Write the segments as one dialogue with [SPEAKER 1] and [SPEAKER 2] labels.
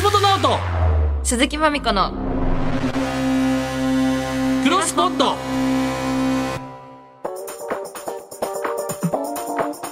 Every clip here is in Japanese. [SPEAKER 1] 橋本直人
[SPEAKER 2] 鈴木まみこの
[SPEAKER 1] クロスポット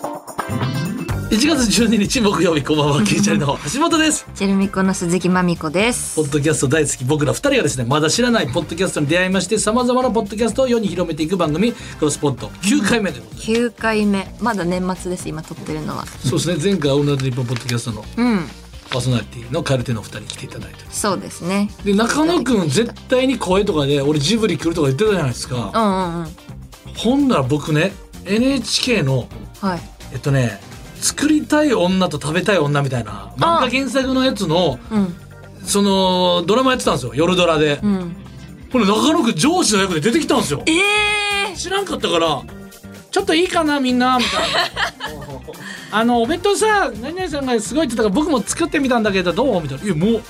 [SPEAKER 1] 1月12日木曜日こんばんはケイチャリの橋本です
[SPEAKER 2] チェルミコの鈴木まみこです
[SPEAKER 1] ポッドキャスト大好き僕ら2人がですねまだ知らないポッドキャストに出会いましてさまざまなポッドキャストを世に広めていく番組「クロスポット」9回目でございます、
[SPEAKER 2] 9回目まだ年末です今撮ってるのは
[SPEAKER 1] そうですね前回「オールナイトニッポン」ポッドキャストの
[SPEAKER 2] うん
[SPEAKER 1] パーソナリティのカルテのお二人来ていただいて
[SPEAKER 2] そうですね
[SPEAKER 1] で中野くん絶対に声とかで俺ジブリ来るとか言ってたじゃないです
[SPEAKER 2] う
[SPEAKER 1] か、
[SPEAKER 2] んうんうん
[SPEAKER 1] ほんなら僕ね NHK の
[SPEAKER 2] はい
[SPEAKER 1] えっとね作りたい女と食べたい女みたいな漫画原作のやつの
[SPEAKER 2] うん
[SPEAKER 1] そのドラマやってたんですよ夜ドラで、
[SPEAKER 2] うん
[SPEAKER 1] これ中野くん上司の役で出てきたんですよ
[SPEAKER 2] え
[SPEAKER 1] 知らんかったからちょっといいかなみんなみた いなあのお弁当さ何々さんがすごいって言ったから僕も作ってみたんだけどどうみたいないやもう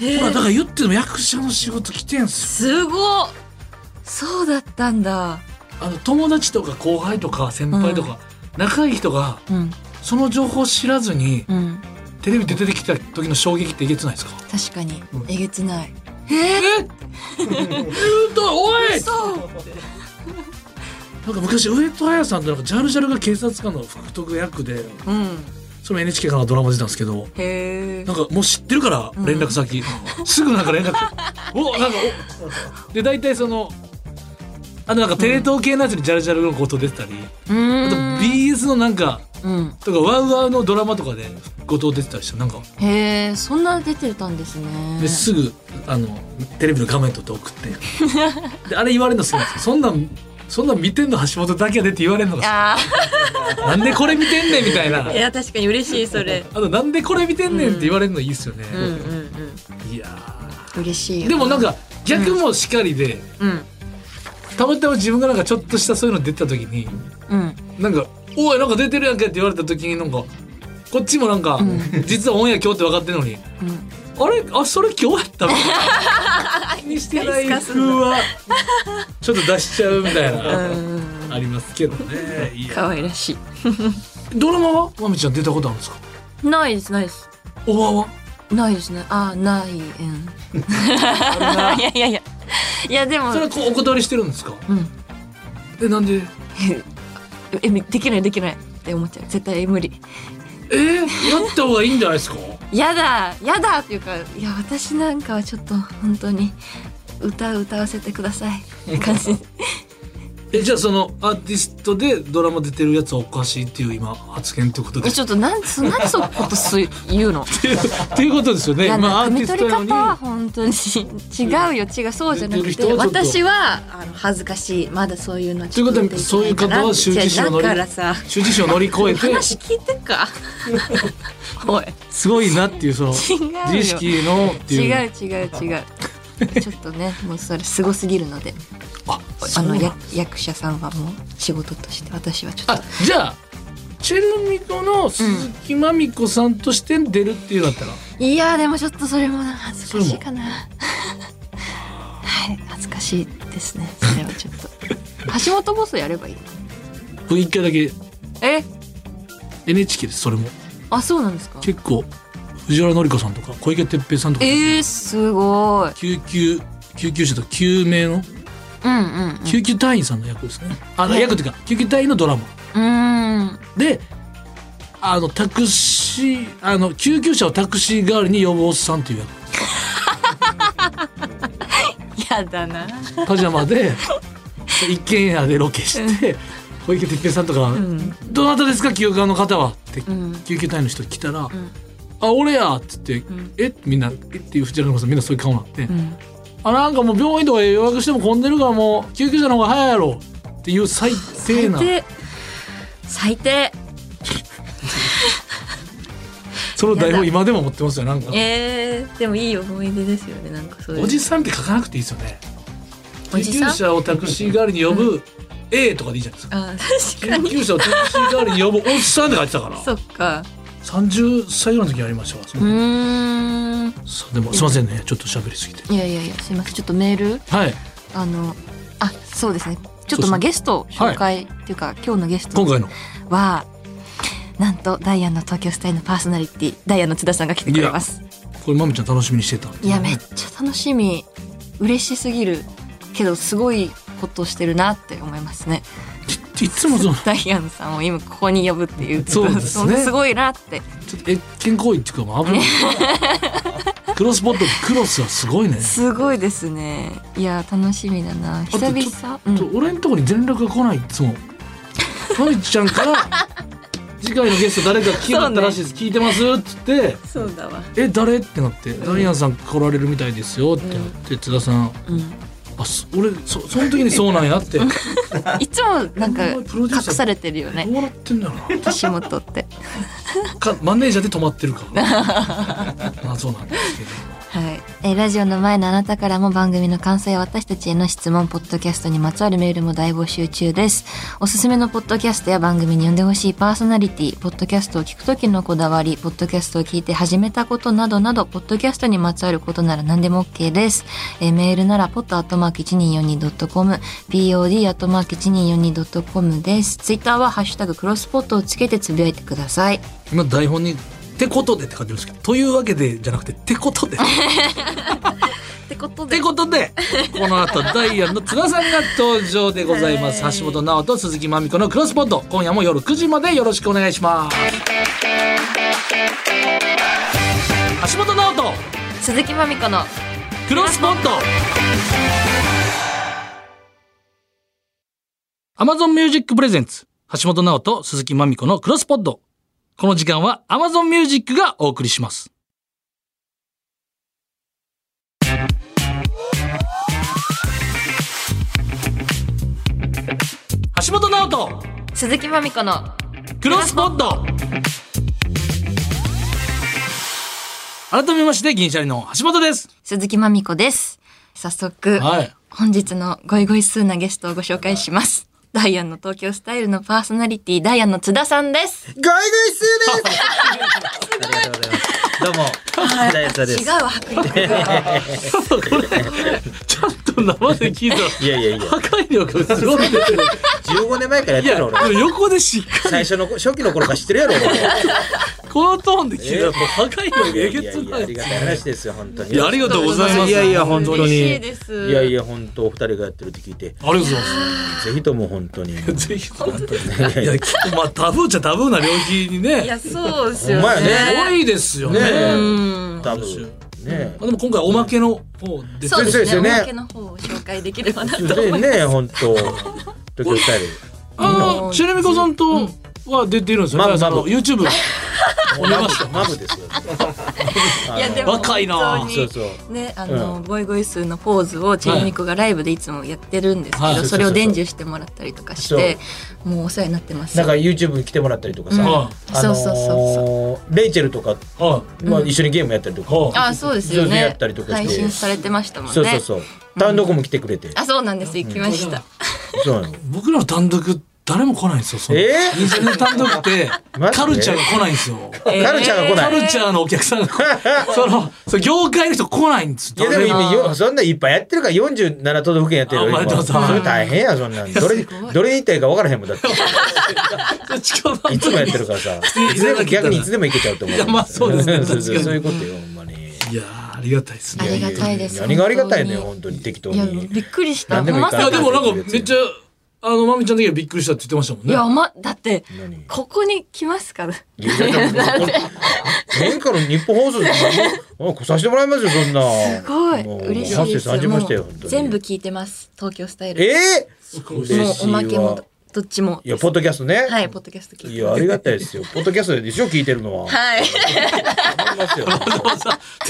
[SPEAKER 2] え
[SPEAKER 1] ほらだ
[SPEAKER 2] ー
[SPEAKER 1] から言っても役者の仕事来てんすよ
[SPEAKER 2] すごっそうだったんだ
[SPEAKER 1] あの友達とか後輩とか先輩とか、仲いい人が
[SPEAKER 2] うん
[SPEAKER 1] その情報知らずに
[SPEAKER 2] うん
[SPEAKER 1] テレビで出てきた時の衝撃ってえげつないですか
[SPEAKER 2] 確かに
[SPEAKER 1] うん
[SPEAKER 2] えげつないえ
[SPEAKER 1] え言うとおい
[SPEAKER 2] ーそう
[SPEAKER 1] なんか昔上戸彩さんとなんかジャルジャルが警察官の福徳役で
[SPEAKER 2] うん
[SPEAKER 1] その NHK からドラマ出てたんですけど
[SPEAKER 2] へえ
[SPEAKER 1] なんかもう知ってるから
[SPEAKER 2] うん
[SPEAKER 1] 連絡 先、すぐなんか連絡おなんかおで大体そのあとなんかテレ東系のやつにジャルジャルのこと出てたり、
[SPEAKER 2] うーん
[SPEAKER 1] あと BS のなんか
[SPEAKER 2] うん
[SPEAKER 1] とかワウワウのドラマとかで後藤出てたりしてなんか
[SPEAKER 2] へえそんな出てたんですね
[SPEAKER 1] ですぐあのテレビの画面撮って送ってであれ言われるの好きなんですよそんなんそんなん見てんの橋本だけやでって言われるのが
[SPEAKER 2] あ
[SPEAKER 1] 好きなんでこれ見てんねんみたいな
[SPEAKER 2] あいや確かに嬉しいそれ
[SPEAKER 1] あとなんでこれ見てんねんって言われるのいいっすよね、
[SPEAKER 2] うんうんうん
[SPEAKER 1] いや
[SPEAKER 2] 嬉しい
[SPEAKER 1] ー
[SPEAKER 2] よ
[SPEAKER 1] でもなんか逆もしかりで、
[SPEAKER 2] うん
[SPEAKER 1] たまたま自分がなんかちょっとしたそういうの出た時に
[SPEAKER 2] うん
[SPEAKER 1] なんか「おいなんか出てるやんけ」って言われた時になんかこっちもなんか、
[SPEAKER 2] うん
[SPEAKER 1] 実はオンエア今日って分かってるのに
[SPEAKER 2] うん
[SPEAKER 1] あれあそれ今日やったみたいな気にしてない風はちょっと出しちゃうみたいな、
[SPEAKER 2] うん
[SPEAKER 1] ありますけどねいや
[SPEAKER 2] 可愛らし
[SPEAKER 1] ドラマはまみちゃん出たことあるんですか
[SPEAKER 2] いないですないです
[SPEAKER 1] おばは
[SPEAKER 2] ないですねあ ないうん
[SPEAKER 1] あ
[SPEAKER 2] いやいやいやいやでも
[SPEAKER 1] それはこうお断りしてるんですか
[SPEAKER 2] うん
[SPEAKER 1] えなんで
[SPEAKER 2] えできないできないって思っちゃう絶対無理
[SPEAKER 1] えー、やった方がいいんじゃないですか
[SPEAKER 2] やだやだっていうかいや私なんかはちょっと本当に歌歌わせてくださいって感 じ
[SPEAKER 1] えじゃあそのアーティストでドラマ出てるやつはおかしいっていう今発言ってことで
[SPEAKER 2] え
[SPEAKER 1] す
[SPEAKER 2] ちょっとなんそなんでそんなことす言うの
[SPEAKER 1] っていうっていうことですよ
[SPEAKER 2] い
[SPEAKER 1] ね
[SPEAKER 2] や、
[SPEAKER 1] まあア
[SPEAKER 2] 汲
[SPEAKER 1] ーテ
[SPEAKER 2] み
[SPEAKER 1] ィス
[SPEAKER 2] 取り
[SPEAKER 1] トな
[SPEAKER 2] 方
[SPEAKER 1] の
[SPEAKER 2] は
[SPEAKER 1] に
[SPEAKER 2] 本当に違うよ違うそうじゃな
[SPEAKER 1] 言
[SPEAKER 2] く
[SPEAKER 1] ってる
[SPEAKER 2] て
[SPEAKER 1] 人はちょっと
[SPEAKER 2] 私はあの恥ずかしいまだそういうのちょっ
[SPEAKER 1] ということは
[SPEAKER 2] でき
[SPEAKER 1] そういう方
[SPEAKER 2] な
[SPEAKER 1] は羞恥心を乗り
[SPEAKER 2] いかなっていやだからさ
[SPEAKER 1] 主治医を乗り越えて
[SPEAKER 2] 話聞いてっかおい
[SPEAKER 1] すごいなっていうその
[SPEAKER 2] 違うよ
[SPEAKER 1] 自意識のって
[SPEAKER 2] 違
[SPEAKER 1] いう
[SPEAKER 2] う違う違うちょっとねもうそれすごすぎるので
[SPEAKER 1] あ
[SPEAKER 2] あの
[SPEAKER 1] そう
[SPEAKER 2] や役者さんはもう仕事として私はちょっ
[SPEAKER 1] あじゃあチェルミコの鈴木まみこさんとして出るっていうのだったら、
[SPEAKER 2] といやでもちょっとそれもな恥ずかし
[SPEAKER 1] それ
[SPEAKER 2] い
[SPEAKER 1] も
[SPEAKER 2] かなはい恥ずかしいですねそれはちょっ と橋本ボスやればいい
[SPEAKER 1] 僕一回だけ
[SPEAKER 2] え
[SPEAKER 1] NHK ですそれも
[SPEAKER 2] あそうなんですか
[SPEAKER 1] 結構藤原紀香さんとか小池徹平さんとか、
[SPEAKER 2] えー、すごい。
[SPEAKER 1] 救急救急車と救命の
[SPEAKER 2] うんうん、うん。
[SPEAKER 1] 救急隊員さんの役ですね、あの
[SPEAKER 2] はい
[SPEAKER 1] 役というか救急隊員のドラマ
[SPEAKER 2] うーん。
[SPEAKER 1] であのタクシーあの救急車をタクシー代わりに呼ぶおっさんという役
[SPEAKER 2] やだな。
[SPEAKER 1] パジャマで 一軒家でロケして小池徹平さんとか、
[SPEAKER 2] ん
[SPEAKER 1] どなたですか救急の方は?」って、
[SPEAKER 2] ん
[SPEAKER 1] 救急隊の人来たら「あ俺や」っつって「
[SPEAKER 2] ん
[SPEAKER 1] えみんな「えっ?」ていう藤原のさんみんなそういう顔になって「
[SPEAKER 2] ん
[SPEAKER 1] あなんかもう病院とか予約しても混んでるからもう救急車の方が早いやろ」っていう最低
[SPEAKER 2] 最
[SPEAKER 1] な
[SPEAKER 2] 低。最低。
[SPEAKER 1] その台
[SPEAKER 2] や
[SPEAKER 1] 本
[SPEAKER 2] だ
[SPEAKER 1] 今でも持ってますよなんか。
[SPEAKER 2] えー、でもいい思い出ですよね。なんかそういう。
[SPEAKER 1] おじさんって書かなくていいですよね。
[SPEAKER 2] お
[SPEAKER 1] 救
[SPEAKER 2] じ
[SPEAKER 1] 急
[SPEAKER 2] さん
[SPEAKER 1] 車をタクシー代わりに呼ぶ A とかでいいじゃないですか。
[SPEAKER 2] あ確か
[SPEAKER 1] 救
[SPEAKER 2] に。
[SPEAKER 1] 急車をタクシー代わりに呼ぶおっさんって書いてたから。
[SPEAKER 2] そっか。
[SPEAKER 1] 30歳ぐらいの時にやりましたわ
[SPEAKER 2] うーん。
[SPEAKER 1] そうでもすいませんねちょっと喋りすぎて
[SPEAKER 2] いやいやいや、すいません。ちょっとメール
[SPEAKER 1] はい
[SPEAKER 2] あの、あ、そうですね。ちょっ
[SPEAKER 1] そ
[SPEAKER 2] と
[SPEAKER 1] う
[SPEAKER 2] ま
[SPEAKER 1] そう
[SPEAKER 2] あゲスト紹介っていうか、今日のゲスト
[SPEAKER 1] 今回の
[SPEAKER 2] は、なんとダイアンの東京スタイルのパーソナリティ、ダイアンの津田さんが来てくれます。
[SPEAKER 1] これまみちゃん楽しみにしてた
[SPEAKER 2] いやめっちゃ楽しみ嬉しすぎるけどすごいことしてるなって思いますね
[SPEAKER 1] いいつもその
[SPEAKER 2] ダイアンさんを今ここに呼ぶっていう
[SPEAKER 1] そうですね
[SPEAKER 2] すごいなって
[SPEAKER 1] ちょっと越見行為っていうかもう危 ないクロスポットクロスはすごいね
[SPEAKER 2] すごいですねいや楽しみだな
[SPEAKER 1] とちょ
[SPEAKER 2] 久々う
[SPEAKER 1] ちょ
[SPEAKER 2] ん
[SPEAKER 1] 俺んとこに連絡が来ないいつもまみちゃんから 次回のゲスト誰か聞いてったらしいです、聞いてますっつって
[SPEAKER 2] そうだわ
[SPEAKER 1] え誰ってなって、ダイアンさん来られるみたいですよってなって、津田さん
[SPEAKER 2] うん
[SPEAKER 1] あそ俺そその時にそうなんやって どう
[SPEAKER 2] いつもなんか
[SPEAKER 1] お前プロデュー
[SPEAKER 2] 隠
[SPEAKER 1] サー
[SPEAKER 2] されてるよね
[SPEAKER 1] なってんだよな
[SPEAKER 2] 岸本って
[SPEAKER 1] かマネージャーで止まってる から謎なんですけど
[SPEAKER 2] はい、えーラジオの前のあなたからも番組の感想や私たちへの質問ポッドキャストにまつわるメールも大募集中ですおすすめのポッドキャストや番組に呼んでほしいパーソナリティポッドキャストを聞くときのこだわりポッドキャストを聞いて始めたことなどなどポッドキャストにまつわることなら何でも OK です、えーメールならポッドアットマーク 1242.com pod アットマーク 1242.com ですツイッターはハッシュタグクロスポットをつけてつぶやいてください
[SPEAKER 1] 今台本に「てことで」って書いてるんですけど「というわけで」じゃなくて「てことで」
[SPEAKER 2] ってこと
[SPEAKER 1] ってことでこの後ダイアンの津田さんが登場でございます、
[SPEAKER 2] はい
[SPEAKER 1] 橋本直人鈴木まみ子のクロスポット今夜も夜9時までよろしくお願いします橋本直人
[SPEAKER 2] 鈴木まみこの
[SPEAKER 1] クロスポット Amazon Music Presents 橋本直人鈴木まみ子のクロスポットこの時間は Amazon Music がお送りします橋本直人
[SPEAKER 2] 鈴木まみこの
[SPEAKER 1] クロスポット改めまして銀シャリの橋本です
[SPEAKER 2] 鈴木まみこです。早速、
[SPEAKER 1] はい
[SPEAKER 2] 本日のゴイゴイスーなゲストをご紹介します。ダイアンの東京スタイルのパーソナリティ、ダイアンの津田さんです。
[SPEAKER 3] ゴイゴイスーです。ありがとうございます。どうも、平井さで
[SPEAKER 2] 違
[SPEAKER 3] す。
[SPEAKER 2] うわ、迫力。
[SPEAKER 1] ちゃんと生で聞いたら
[SPEAKER 3] いやいやいや、
[SPEAKER 1] 破壊力すごいね。
[SPEAKER 3] 15年前からやっ
[SPEAKER 1] い
[SPEAKER 3] て
[SPEAKER 1] や、
[SPEAKER 3] る俺。
[SPEAKER 1] 横でしっか
[SPEAKER 3] 最初の初期の頃から知ってるやろ。俺
[SPEAKER 1] り、このトーンで聞いたら、もう破壊力
[SPEAKER 3] いや
[SPEAKER 1] え
[SPEAKER 3] い
[SPEAKER 1] げ
[SPEAKER 3] や
[SPEAKER 1] つ
[SPEAKER 3] いや
[SPEAKER 1] な
[SPEAKER 3] あ
[SPEAKER 1] い
[SPEAKER 3] り。がたい話ですよ本当に。
[SPEAKER 1] いや、ありがとうございます。
[SPEAKER 3] いやいや本当に
[SPEAKER 2] 嬉しいです。
[SPEAKER 3] いやいや本当お二人がやってるって聞いて、ぜ
[SPEAKER 1] ありがとうございま
[SPEAKER 3] ひとも本当に。い
[SPEAKER 1] す。ぜひ。いや、きっと、まあ、タブーっちゃタブーな領域に
[SPEAKER 2] い
[SPEAKER 1] ね。
[SPEAKER 2] やそうですよ
[SPEAKER 3] ほんまや
[SPEAKER 1] す
[SPEAKER 3] ね
[SPEAKER 2] ね。
[SPEAKER 1] ごいですよね。
[SPEAKER 3] ねえ
[SPEAKER 2] うん。
[SPEAKER 3] 多分ね
[SPEAKER 1] まあ、。でも、今回おまけの方です
[SPEAKER 2] そうですね。
[SPEAKER 3] ですよね
[SPEAKER 2] おまけの方を紹介できればなと。
[SPEAKER 3] でね本当。東京スタイル。
[SPEAKER 1] あの、ちなみこさんとは出てるんですよ
[SPEAKER 3] う
[SPEAKER 1] ね。
[SPEAKER 3] ん
[SPEAKER 1] その YouTube。
[SPEAKER 3] もうマブマブですよ。
[SPEAKER 2] いやでも
[SPEAKER 1] 若いな
[SPEAKER 2] 本当に
[SPEAKER 3] そうそう。
[SPEAKER 2] ね、あの、ボイゴイスーのポーズをチェルミコがライブでいつもやってるんですけど、
[SPEAKER 1] はい
[SPEAKER 2] それを伝授してもらったりとかして、もうお世話になってます。
[SPEAKER 3] なんか YouTube に来てもらったりとかさ、
[SPEAKER 2] うん
[SPEAKER 3] あのー
[SPEAKER 2] そうそうそ
[SPEAKER 3] レイチェルとか、
[SPEAKER 1] は
[SPEAKER 3] まあ、一緒にゲームやったりとか、
[SPEAKER 1] うん
[SPEAKER 2] あ、そうですよ
[SPEAKER 3] 上手に
[SPEAKER 2] ね。
[SPEAKER 3] やったりとかして
[SPEAKER 2] 配信されてましたもんね。
[SPEAKER 3] そうそうそう単独も来てくれて、
[SPEAKER 2] あ、そうなんです。行きました。
[SPEAKER 3] そうなの
[SPEAKER 1] い。僕らの単独、誰も来ないんですよ。その
[SPEAKER 3] えー
[SPEAKER 1] 銀シャリの単独って、
[SPEAKER 3] マジで
[SPEAKER 1] カルチャーが来ないんですよ。
[SPEAKER 2] えー
[SPEAKER 3] カルチャーが来
[SPEAKER 1] カ
[SPEAKER 3] ない、
[SPEAKER 1] ルチャーのお客さんが こそのその業界の人来ないんです
[SPEAKER 3] いやでも
[SPEAKER 1] 誰も
[SPEAKER 3] 今よそんないっぱいやってるから47都道府県やってるよ
[SPEAKER 1] あお前
[SPEAKER 3] 今
[SPEAKER 1] どうぞ
[SPEAKER 3] それ大変やそんなんどれどれに行ったらいいか分からへんもんだって
[SPEAKER 1] 近場
[SPEAKER 3] いつもやってるからさ
[SPEAKER 1] いつでも来たら
[SPEAKER 3] 逆にいつでも行けちゃうと思う
[SPEAKER 1] いやまあそうですね
[SPEAKER 3] んそうそ
[SPEAKER 1] 確
[SPEAKER 3] う
[SPEAKER 1] かに
[SPEAKER 3] そういうことよほんまに
[SPEAKER 1] いやーありがたいです
[SPEAKER 2] あ
[SPEAKER 1] ね
[SPEAKER 2] りがたいです
[SPEAKER 3] 何がありがたいのよ
[SPEAKER 2] 本
[SPEAKER 3] 本当に適当
[SPEAKER 2] いや、
[SPEAKER 3] に
[SPEAKER 2] びっくりした。
[SPEAKER 3] 何でもいい
[SPEAKER 2] ま
[SPEAKER 3] か
[SPEAKER 1] いや
[SPEAKER 2] さ
[SPEAKER 3] ら
[SPEAKER 1] で
[SPEAKER 2] か。
[SPEAKER 1] もなんかめっちゃあのまみちゃんだけはびっくりしたって言ってましたもん
[SPEAKER 2] い
[SPEAKER 1] ね
[SPEAKER 2] や、ま、だって、
[SPEAKER 3] 何
[SPEAKER 2] ここに来ますから。
[SPEAKER 3] いやいや だって前回の日本放送でもう来させてもらいますよそんな
[SPEAKER 2] すごい。
[SPEAKER 3] もう
[SPEAKER 2] 嬉し
[SPEAKER 3] 反
[SPEAKER 2] いで
[SPEAKER 3] 省
[SPEAKER 2] す。
[SPEAKER 3] 感じましたよ
[SPEAKER 2] もう
[SPEAKER 3] 本当に
[SPEAKER 2] 全部聞いてます。東京スタイル。
[SPEAKER 3] え
[SPEAKER 1] ごい
[SPEAKER 3] え
[SPEAKER 2] もうおまけも
[SPEAKER 3] わ、
[SPEAKER 2] どっちも。
[SPEAKER 3] いやポッドキャストね、
[SPEAKER 2] はい、ポッドキャスト聞い
[SPEAKER 3] い
[SPEAKER 2] てま
[SPEAKER 3] や
[SPEAKER 2] す。
[SPEAKER 3] ありがたいですよポッドキャストでしょ聞いてるのは
[SPEAKER 2] はい。
[SPEAKER 3] 頑張り ますよポッ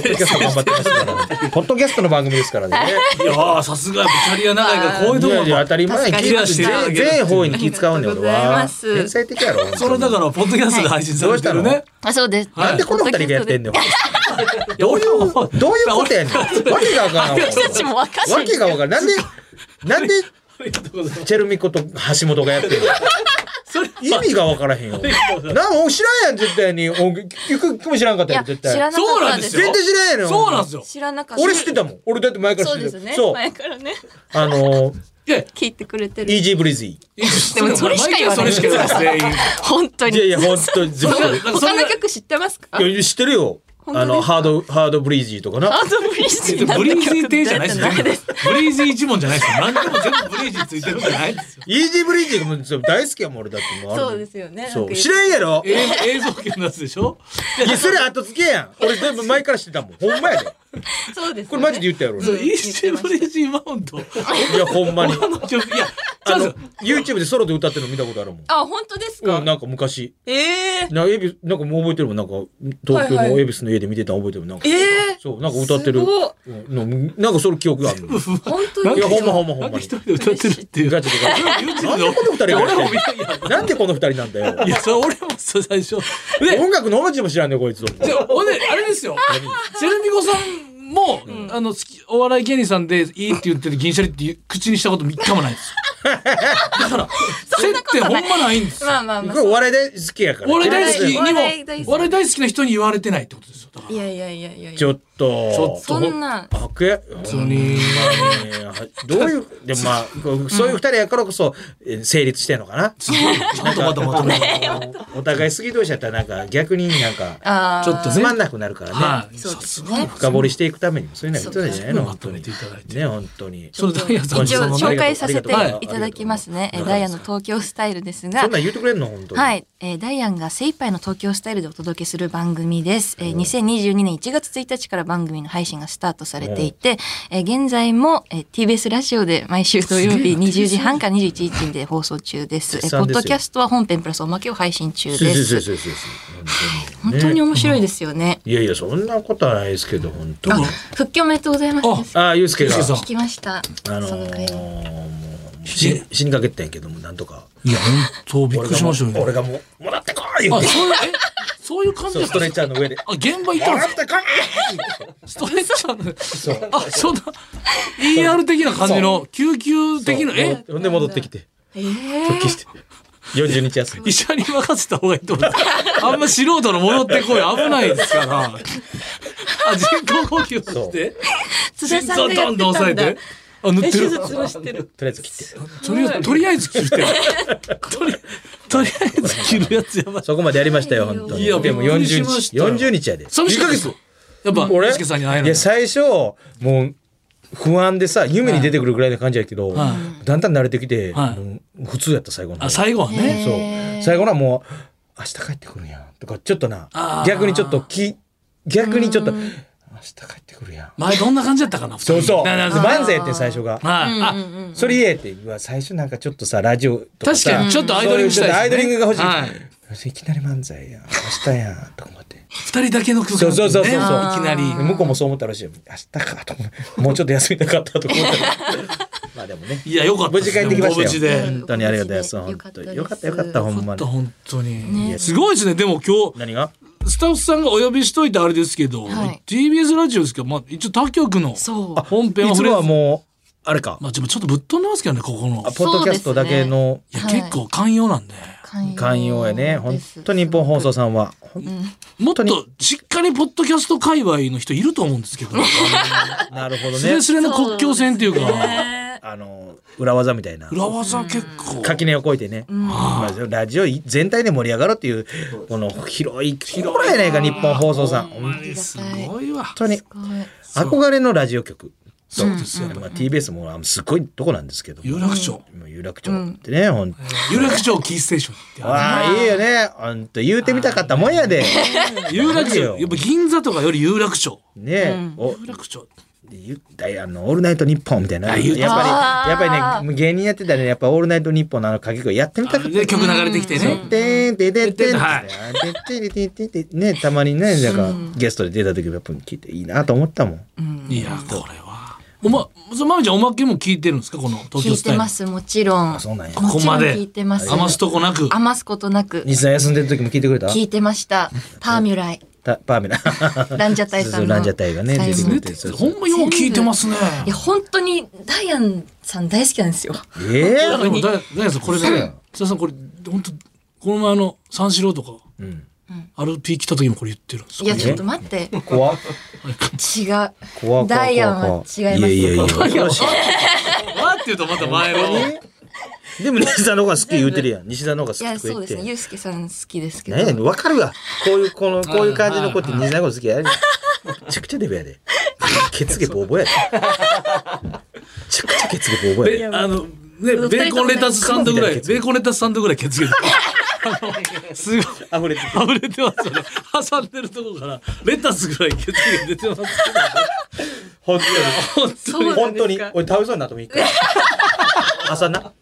[SPEAKER 3] ドキャスト頑張ってますからポッドキャストの番組ですからね
[SPEAKER 1] いやーさすがやっぱキャリア長いからこういうと
[SPEAKER 3] い
[SPEAKER 1] こ
[SPEAKER 3] やいや当
[SPEAKER 1] ろ
[SPEAKER 3] たり前
[SPEAKER 2] 確かに
[SPEAKER 3] 気がして全全方位に気使うんだよ俺
[SPEAKER 2] ありがとうござい
[SPEAKER 3] は
[SPEAKER 2] ます
[SPEAKER 3] 天才的やろ
[SPEAKER 1] それだかららポッドキャストで配信されてるね
[SPEAKER 2] あ、そうです。
[SPEAKER 1] はい
[SPEAKER 3] なんでこの二人がやってんのよ
[SPEAKER 1] どういう
[SPEAKER 3] どういうことやねんわけがわからんわ
[SPEAKER 2] 私たちもわかんな
[SPEAKER 3] わ
[SPEAKER 2] い。
[SPEAKER 3] けがわからんなんでなんで
[SPEAKER 1] ありがとうございます
[SPEAKER 3] チェルミコと橋本がやってるの
[SPEAKER 1] それ
[SPEAKER 3] 意味がわからへんよなんも知らんやん絶対にお聞く聞くも知らんかった
[SPEAKER 2] いや、
[SPEAKER 3] やん絶
[SPEAKER 2] 知
[SPEAKER 3] 対
[SPEAKER 2] らなか
[SPEAKER 1] そう
[SPEAKER 2] っ
[SPEAKER 1] な
[SPEAKER 2] た
[SPEAKER 1] んですよ
[SPEAKER 3] 全然知らんやんよ
[SPEAKER 1] そうなんですよ
[SPEAKER 2] 知らなかった。
[SPEAKER 3] 俺知ってたもん。俺だって前から
[SPEAKER 2] そ
[SPEAKER 3] 知
[SPEAKER 2] うで
[SPEAKER 3] って
[SPEAKER 2] す
[SPEAKER 3] た。
[SPEAKER 2] ね。
[SPEAKER 3] そう。
[SPEAKER 2] 前からね。
[SPEAKER 3] あのー、
[SPEAKER 1] いやい
[SPEAKER 2] 聞いてくれてる。
[SPEAKER 3] イージーブリーズイ
[SPEAKER 1] や
[SPEAKER 2] でもそれしか言わない
[SPEAKER 1] 毎回それしか言わない全員
[SPEAKER 2] 本当
[SPEAKER 3] ー。
[SPEAKER 2] に。
[SPEAKER 3] いやいや、ほんと、ずっ
[SPEAKER 1] それなんかそれ
[SPEAKER 2] 他の曲知ってますか
[SPEAKER 3] いや、知ってるよ。
[SPEAKER 2] 本
[SPEAKER 3] あ
[SPEAKER 2] 当で
[SPEAKER 3] の
[SPEAKER 2] すか
[SPEAKER 3] ハードハードブリージーとか な
[SPEAKER 2] あとブリージー
[SPEAKER 1] ブリージー亭じゃないですよ。
[SPEAKER 2] ない
[SPEAKER 1] 全部ブリージー一問じゃないですよ。何でも全部ブリージーついてるんじゃないですよ。
[SPEAKER 3] イージーブリージーがもう大好きやもん俺だってもあれ
[SPEAKER 2] そうですよね。
[SPEAKER 3] そ
[SPEAKER 2] なん
[SPEAKER 3] う
[SPEAKER 2] か
[SPEAKER 3] 知らんやろい
[SPEAKER 1] え映像権のやつでしょ
[SPEAKER 3] やそれ後付けやん俺全部前から知ってたもんほんまやで
[SPEAKER 2] そうですよね。
[SPEAKER 3] これマジで言ったやろ
[SPEAKER 1] そう
[SPEAKER 3] 俺
[SPEAKER 1] イージーブリージーマウント。
[SPEAKER 3] いやほ んまに
[SPEAKER 1] ちょいや、ちょ
[SPEAKER 3] あ
[SPEAKER 1] っと
[SPEAKER 3] の YouTube でソロで歌ってるの見たことあるもん
[SPEAKER 2] あ、本当ですか。
[SPEAKER 3] うん、なんか昔
[SPEAKER 2] ええ
[SPEAKER 3] なエビスなんかもう覚えてるもんなんか東京
[SPEAKER 2] はいは
[SPEAKER 3] の
[SPEAKER 2] い
[SPEAKER 3] 恵比寿の家で見てたの覚えてるもんなんか、
[SPEAKER 2] ええ
[SPEAKER 3] そうなんか歌ってる
[SPEAKER 2] すご
[SPEAKER 3] うんなんかそれ記憶がある の
[SPEAKER 2] 本当
[SPEAKER 1] なん
[SPEAKER 2] に。
[SPEAKER 3] い
[SPEAKER 1] か
[SPEAKER 3] やほんまほんまほんま
[SPEAKER 1] なんか一人で歌ってるっていう。
[SPEAKER 3] ガチでガチで
[SPEAKER 1] YouTube
[SPEAKER 3] なんでこの二人が
[SPEAKER 1] いや俺
[SPEAKER 3] や
[SPEAKER 1] も
[SPEAKER 3] ってんのなんでこの二人なんだよ
[SPEAKER 1] いや、それ俺もそう最初。で、
[SPEAKER 3] 音楽の音痴も知らんねこいつ
[SPEAKER 1] でほんであれですよ。セルミコさんも、あの、好き、お笑い芸人さんでいいって言ってる銀シャリっていう口にしたこと一回もないんですよ。だから、
[SPEAKER 2] ん
[SPEAKER 1] 接
[SPEAKER 2] なこ
[SPEAKER 1] 点
[SPEAKER 2] と
[SPEAKER 1] ほん
[SPEAKER 2] ない
[SPEAKER 1] まないんですよ。
[SPEAKER 2] まあまあま
[SPEAKER 3] こ
[SPEAKER 2] あ
[SPEAKER 3] れ。お笑いで好きやから
[SPEAKER 1] お笑い大好き
[SPEAKER 2] お笑い大
[SPEAKER 1] に
[SPEAKER 2] 好き
[SPEAKER 1] も、お笑い大好きな人に言われてないってことですよ。だから
[SPEAKER 2] いやいやいやいやいや。
[SPEAKER 3] ちょっと
[SPEAKER 1] ちょっと
[SPEAKER 2] そんな。
[SPEAKER 3] あくや本当にどういうでもまあこうそういう二人やからこそえー成立してんのかな
[SPEAKER 1] すごいちゃんとまとまとめて。
[SPEAKER 3] お互い好き同士やったらなんか逆になんか
[SPEAKER 2] ああ。
[SPEAKER 1] ちょっと
[SPEAKER 3] つ
[SPEAKER 1] ね
[SPEAKER 3] まんなくなるからね、
[SPEAKER 1] はい。
[SPEAKER 2] そう
[SPEAKER 1] さ
[SPEAKER 2] ですすね
[SPEAKER 1] がに。
[SPEAKER 3] 深掘りしていくためにもそういうのは必要なんじゃないの
[SPEAKER 1] ま
[SPEAKER 3] 本当
[SPEAKER 1] とめ
[SPEAKER 3] に
[SPEAKER 1] ていただいて。
[SPEAKER 3] ね本当に
[SPEAKER 1] それダイヤさん
[SPEAKER 2] 一応
[SPEAKER 1] その
[SPEAKER 2] 紹介させて
[SPEAKER 1] はい
[SPEAKER 2] いただきますね。
[SPEAKER 3] あ
[SPEAKER 2] え
[SPEAKER 3] りがとう
[SPEAKER 2] ダイアンの東京スタイルですが
[SPEAKER 3] そん、なん言うてくれんの本当に、
[SPEAKER 2] はい、えーダイアンが精一杯の東京スタイルでお届けする番組です。えー2022年1月1日から番組の配信がスタートされていて、えー現在も、えー TBS ラジオで毎週土曜 日20時半から21時で放送中です。えー
[SPEAKER 3] 絶
[SPEAKER 2] ポ
[SPEAKER 3] 賛
[SPEAKER 2] ッ
[SPEAKER 3] ですよ
[SPEAKER 2] ドキャストは本編プラスおまけを配信中
[SPEAKER 3] そう
[SPEAKER 2] で
[SPEAKER 3] そうそう
[SPEAKER 2] す。
[SPEAKER 3] そうそう
[SPEAKER 2] 本
[SPEAKER 3] ね
[SPEAKER 2] 当に面白いですよね。
[SPEAKER 3] いやいやそんなことはないですけど本当
[SPEAKER 1] あ
[SPEAKER 3] に
[SPEAKER 2] 復帰おめでとうございます。
[SPEAKER 1] あ
[SPEAKER 3] ああゆうすけが
[SPEAKER 1] ゆうすけさ
[SPEAKER 2] 聞きました。
[SPEAKER 3] あの
[SPEAKER 2] その回
[SPEAKER 3] ー、
[SPEAKER 2] を。
[SPEAKER 3] もうし死にかけてんやけどもなんとか
[SPEAKER 1] いや、本当びっくりしましたよ
[SPEAKER 3] 俺
[SPEAKER 1] ね。
[SPEAKER 3] がもう俺がもうもらってこい言
[SPEAKER 1] あ、
[SPEAKER 3] うて
[SPEAKER 1] そういう、え、そういう感じ
[SPEAKER 3] そ
[SPEAKER 1] だ
[SPEAKER 3] う
[SPEAKER 1] っ
[SPEAKER 3] ス
[SPEAKER 1] たん
[SPEAKER 3] トレ
[SPEAKER 1] です
[SPEAKER 3] ッチャーの上で
[SPEAKER 1] かあ、現場行った
[SPEAKER 3] も
[SPEAKER 1] んで
[SPEAKER 3] ら
[SPEAKER 1] す
[SPEAKER 3] っ
[SPEAKER 1] か
[SPEAKER 3] てこ
[SPEAKER 1] ストレッチャーの。
[SPEAKER 3] いそう
[SPEAKER 1] あ、そんな、ER 的な感じの、救急的な、え、
[SPEAKER 3] ほんで戻ってきて
[SPEAKER 2] え
[SPEAKER 3] 復帰
[SPEAKER 2] ー
[SPEAKER 3] して40 日休み
[SPEAKER 1] 医者に任せた方がいいと思う。あんま素人の戻ってこい、危ないですから。あ、人工呼吸して、
[SPEAKER 2] 津田
[SPEAKER 1] 心
[SPEAKER 2] さん
[SPEAKER 1] 臓ドンと押
[SPEAKER 2] がやってた
[SPEAKER 1] さえ
[SPEAKER 2] んだ。
[SPEAKER 1] て。あ、塗
[SPEAKER 2] え
[SPEAKER 1] って
[SPEAKER 2] 手
[SPEAKER 1] る。
[SPEAKER 2] 術もしてる。
[SPEAKER 3] とりあえず切って
[SPEAKER 1] とりあえず、とりあえず切るって。 とりとりあえず切るやつやばい。
[SPEAKER 3] そこまでやりましたよ本当に
[SPEAKER 1] いや
[SPEAKER 3] でも
[SPEAKER 1] びっくりし
[SPEAKER 3] 40
[SPEAKER 1] まし
[SPEAKER 3] 日
[SPEAKER 1] たよ
[SPEAKER 3] 40日やで
[SPEAKER 1] 寂し
[SPEAKER 3] 1
[SPEAKER 1] かった
[SPEAKER 3] ヶ
[SPEAKER 1] で
[SPEAKER 3] 月
[SPEAKER 1] すやっぱ、
[SPEAKER 3] 俺
[SPEAKER 1] ユースケさんに会え
[SPEAKER 3] い
[SPEAKER 1] ない
[SPEAKER 3] や。最初もう不安でさ夢に出てくるぐらいな感じやけど、
[SPEAKER 1] は
[SPEAKER 3] だんだん慣れてきて、
[SPEAKER 1] はい
[SPEAKER 3] もう普通やった最後の方
[SPEAKER 1] あ、最後はね。
[SPEAKER 3] そう最後のはもう明日帰ってくるんやとかちょっとな
[SPEAKER 1] あー
[SPEAKER 3] 逆にちょっとき逆にちょっと明日帰ってくるやん
[SPEAKER 1] 前どんな感じだったかな二人
[SPEAKER 3] そうそう
[SPEAKER 1] ななな
[SPEAKER 3] 万歳やってん最初
[SPEAKER 1] はい。
[SPEAKER 3] が
[SPEAKER 1] あ、
[SPEAKER 3] それ言えってうわ最初なんかちょっとさラジオとか
[SPEAKER 1] 確
[SPEAKER 3] さ
[SPEAKER 1] かにちょっとアイドリングしたいですね
[SPEAKER 3] そううちょっとアイドリングが欲しい、
[SPEAKER 1] はい
[SPEAKER 3] い、きなり漫才やん明日やんとか思って
[SPEAKER 1] 二人だけの空間
[SPEAKER 3] そうそうそうそう
[SPEAKER 1] ね
[SPEAKER 3] あー
[SPEAKER 1] いきなり。
[SPEAKER 3] 向こうもそう思ったらしいよ明日かと思ってもうちょっと休みたかったとか思ったら まあでもね
[SPEAKER 1] いや、よかった
[SPEAKER 3] 無事帰ってきましたよ
[SPEAKER 1] 無事で。
[SPEAKER 2] うん
[SPEAKER 3] 本当にありがとうございます
[SPEAKER 2] よ
[SPEAKER 3] 本
[SPEAKER 2] かった
[SPEAKER 3] 当
[SPEAKER 2] です
[SPEAKER 3] によかったよかったほんまに
[SPEAKER 1] 本当に、
[SPEAKER 2] ね
[SPEAKER 1] すごいですねでも今日
[SPEAKER 3] 何が
[SPEAKER 1] スタッフさんがお呼びしといてあれですけど、
[SPEAKER 2] はい
[SPEAKER 1] TBS ラジオですけど、まあ、一応他局の
[SPEAKER 2] そう。
[SPEAKER 1] 本編
[SPEAKER 3] い
[SPEAKER 1] は
[SPEAKER 3] つ
[SPEAKER 1] 触れず
[SPEAKER 3] もはもうあれか
[SPEAKER 1] まあ、でもちょっとぶっ飛んでますけどねここの
[SPEAKER 3] あポッドキャストだけの
[SPEAKER 1] いや、
[SPEAKER 2] はい
[SPEAKER 1] 結構寛容なんで
[SPEAKER 3] 寛容やね本当に日本放送さんはほん
[SPEAKER 1] もっとしっかりポッドキャスト界隈の人いると思うんです けど、
[SPEAKER 3] なるほど
[SPEAKER 1] ス
[SPEAKER 3] ね
[SPEAKER 1] レスレの国境線っていうか
[SPEAKER 3] あの裏技みたいな
[SPEAKER 1] 裏技結構
[SPEAKER 3] 垣根を越えてね、まあ、ラジオ全体で盛り上がろうっていうこの広い広いやないか日本放送さん
[SPEAKER 1] ほんま
[SPEAKER 3] 本
[SPEAKER 1] にすごいわ
[SPEAKER 3] 当に憧れのラジオ局そうですよ、まあ、TBS もあのすごいとこなんですけど
[SPEAKER 1] 有楽町
[SPEAKER 3] もう有楽町ってね、ほんと
[SPEAKER 1] 有楽町キーステーションってあ
[SPEAKER 3] ああいいよねほんと言うてみたかったもんやで
[SPEAKER 1] る有楽町やっぱ銀座とかより有楽町
[SPEAKER 3] ねえ、お
[SPEAKER 1] 有楽町
[SPEAKER 3] ゆダイアンの「オールナイトニッポン」みたいなやっぱ
[SPEAKER 1] 言う
[SPEAKER 3] りやっぱりね芸人やってたらねやっぱ「オールナイトニッポン」のあの掛け声やってみたかった
[SPEAKER 1] で曲流れてきてね
[SPEAKER 3] てんてでてん
[SPEAKER 1] は
[SPEAKER 3] はいい。てんてんてんてんねたまにねなんかゲストで出た時もやっぱ聞いていいなと思ったもん。
[SPEAKER 1] いやこれはおまそまみちゃんおまけも聞いてるんですかこの東
[SPEAKER 2] 聞
[SPEAKER 1] 京
[SPEAKER 2] い
[SPEAKER 1] スタイ
[SPEAKER 2] て
[SPEAKER 1] ル
[SPEAKER 2] ますもちろん。
[SPEAKER 3] あそうなんや。
[SPEAKER 1] ここま
[SPEAKER 2] も
[SPEAKER 1] で
[SPEAKER 2] ちろん聞いてます
[SPEAKER 1] 余すとこなく
[SPEAKER 2] 余すことなく
[SPEAKER 3] 日産休んでる時も聞いてくれた
[SPEAKER 2] 聞いてま した。パーミュライ、
[SPEAKER 3] たパーメラ。
[SPEAKER 2] ランジャタイ
[SPEAKER 3] そう
[SPEAKER 2] さ
[SPEAKER 3] そ
[SPEAKER 2] ん
[SPEAKER 3] う
[SPEAKER 2] の。
[SPEAKER 3] ランジャタイがね
[SPEAKER 2] 最
[SPEAKER 3] 出て
[SPEAKER 2] 後
[SPEAKER 3] く
[SPEAKER 2] の
[SPEAKER 3] れ
[SPEAKER 2] い
[SPEAKER 3] てそうそ
[SPEAKER 1] ほ
[SPEAKER 3] うん
[SPEAKER 1] まよう聞いてますね
[SPEAKER 2] や、本当にダイアンさん大好きなんですよ。
[SPEAKER 3] ええ
[SPEAKER 1] でもだだやさんこれね津田さんこれ本当この前あの三四郎とか
[SPEAKER 3] ん
[SPEAKER 1] RP 来た時もこれ言ってるんです
[SPEAKER 2] い
[SPEAKER 1] よ
[SPEAKER 2] や、ちょっと待って。
[SPEAKER 3] 怖っ
[SPEAKER 2] 違う。
[SPEAKER 3] 怖っ怖っ怖っ怖っ
[SPEAKER 2] ダイアンは違います
[SPEAKER 3] いやいやいや恐ろしい。
[SPEAKER 1] わーって言うとまた前の
[SPEAKER 3] えでも西田の方が好き言うてるやん。西田の方が好
[SPEAKER 2] い
[SPEAKER 3] き
[SPEAKER 2] や
[SPEAKER 3] と
[SPEAKER 2] そ
[SPEAKER 3] か
[SPEAKER 2] う
[SPEAKER 3] 言っ
[SPEAKER 2] です
[SPEAKER 3] て。
[SPEAKER 2] ねゆうすけさん好きですけど、
[SPEAKER 3] ねえ、わかるわ。こういう、この、こういう感じの子って西田の方が好きやで。めちゃくちゃデブやで。ケツ毛ボーボーやで。めちゃくちゃケツ毛ボーボーやで。
[SPEAKER 1] べあのね
[SPEAKER 2] うん
[SPEAKER 1] ベーコンレタスサンドぐらいベーコンレタスサンドぐらいケツ毛あのすごい
[SPEAKER 3] 溢れて
[SPEAKER 1] あぶれてますよね挟んでるとこからレタスぐらいケツ毛出てます
[SPEAKER 3] 本当に。
[SPEAKER 1] けど本当に
[SPEAKER 3] 本当に。俺倒れそうになったもん、一回。朝な、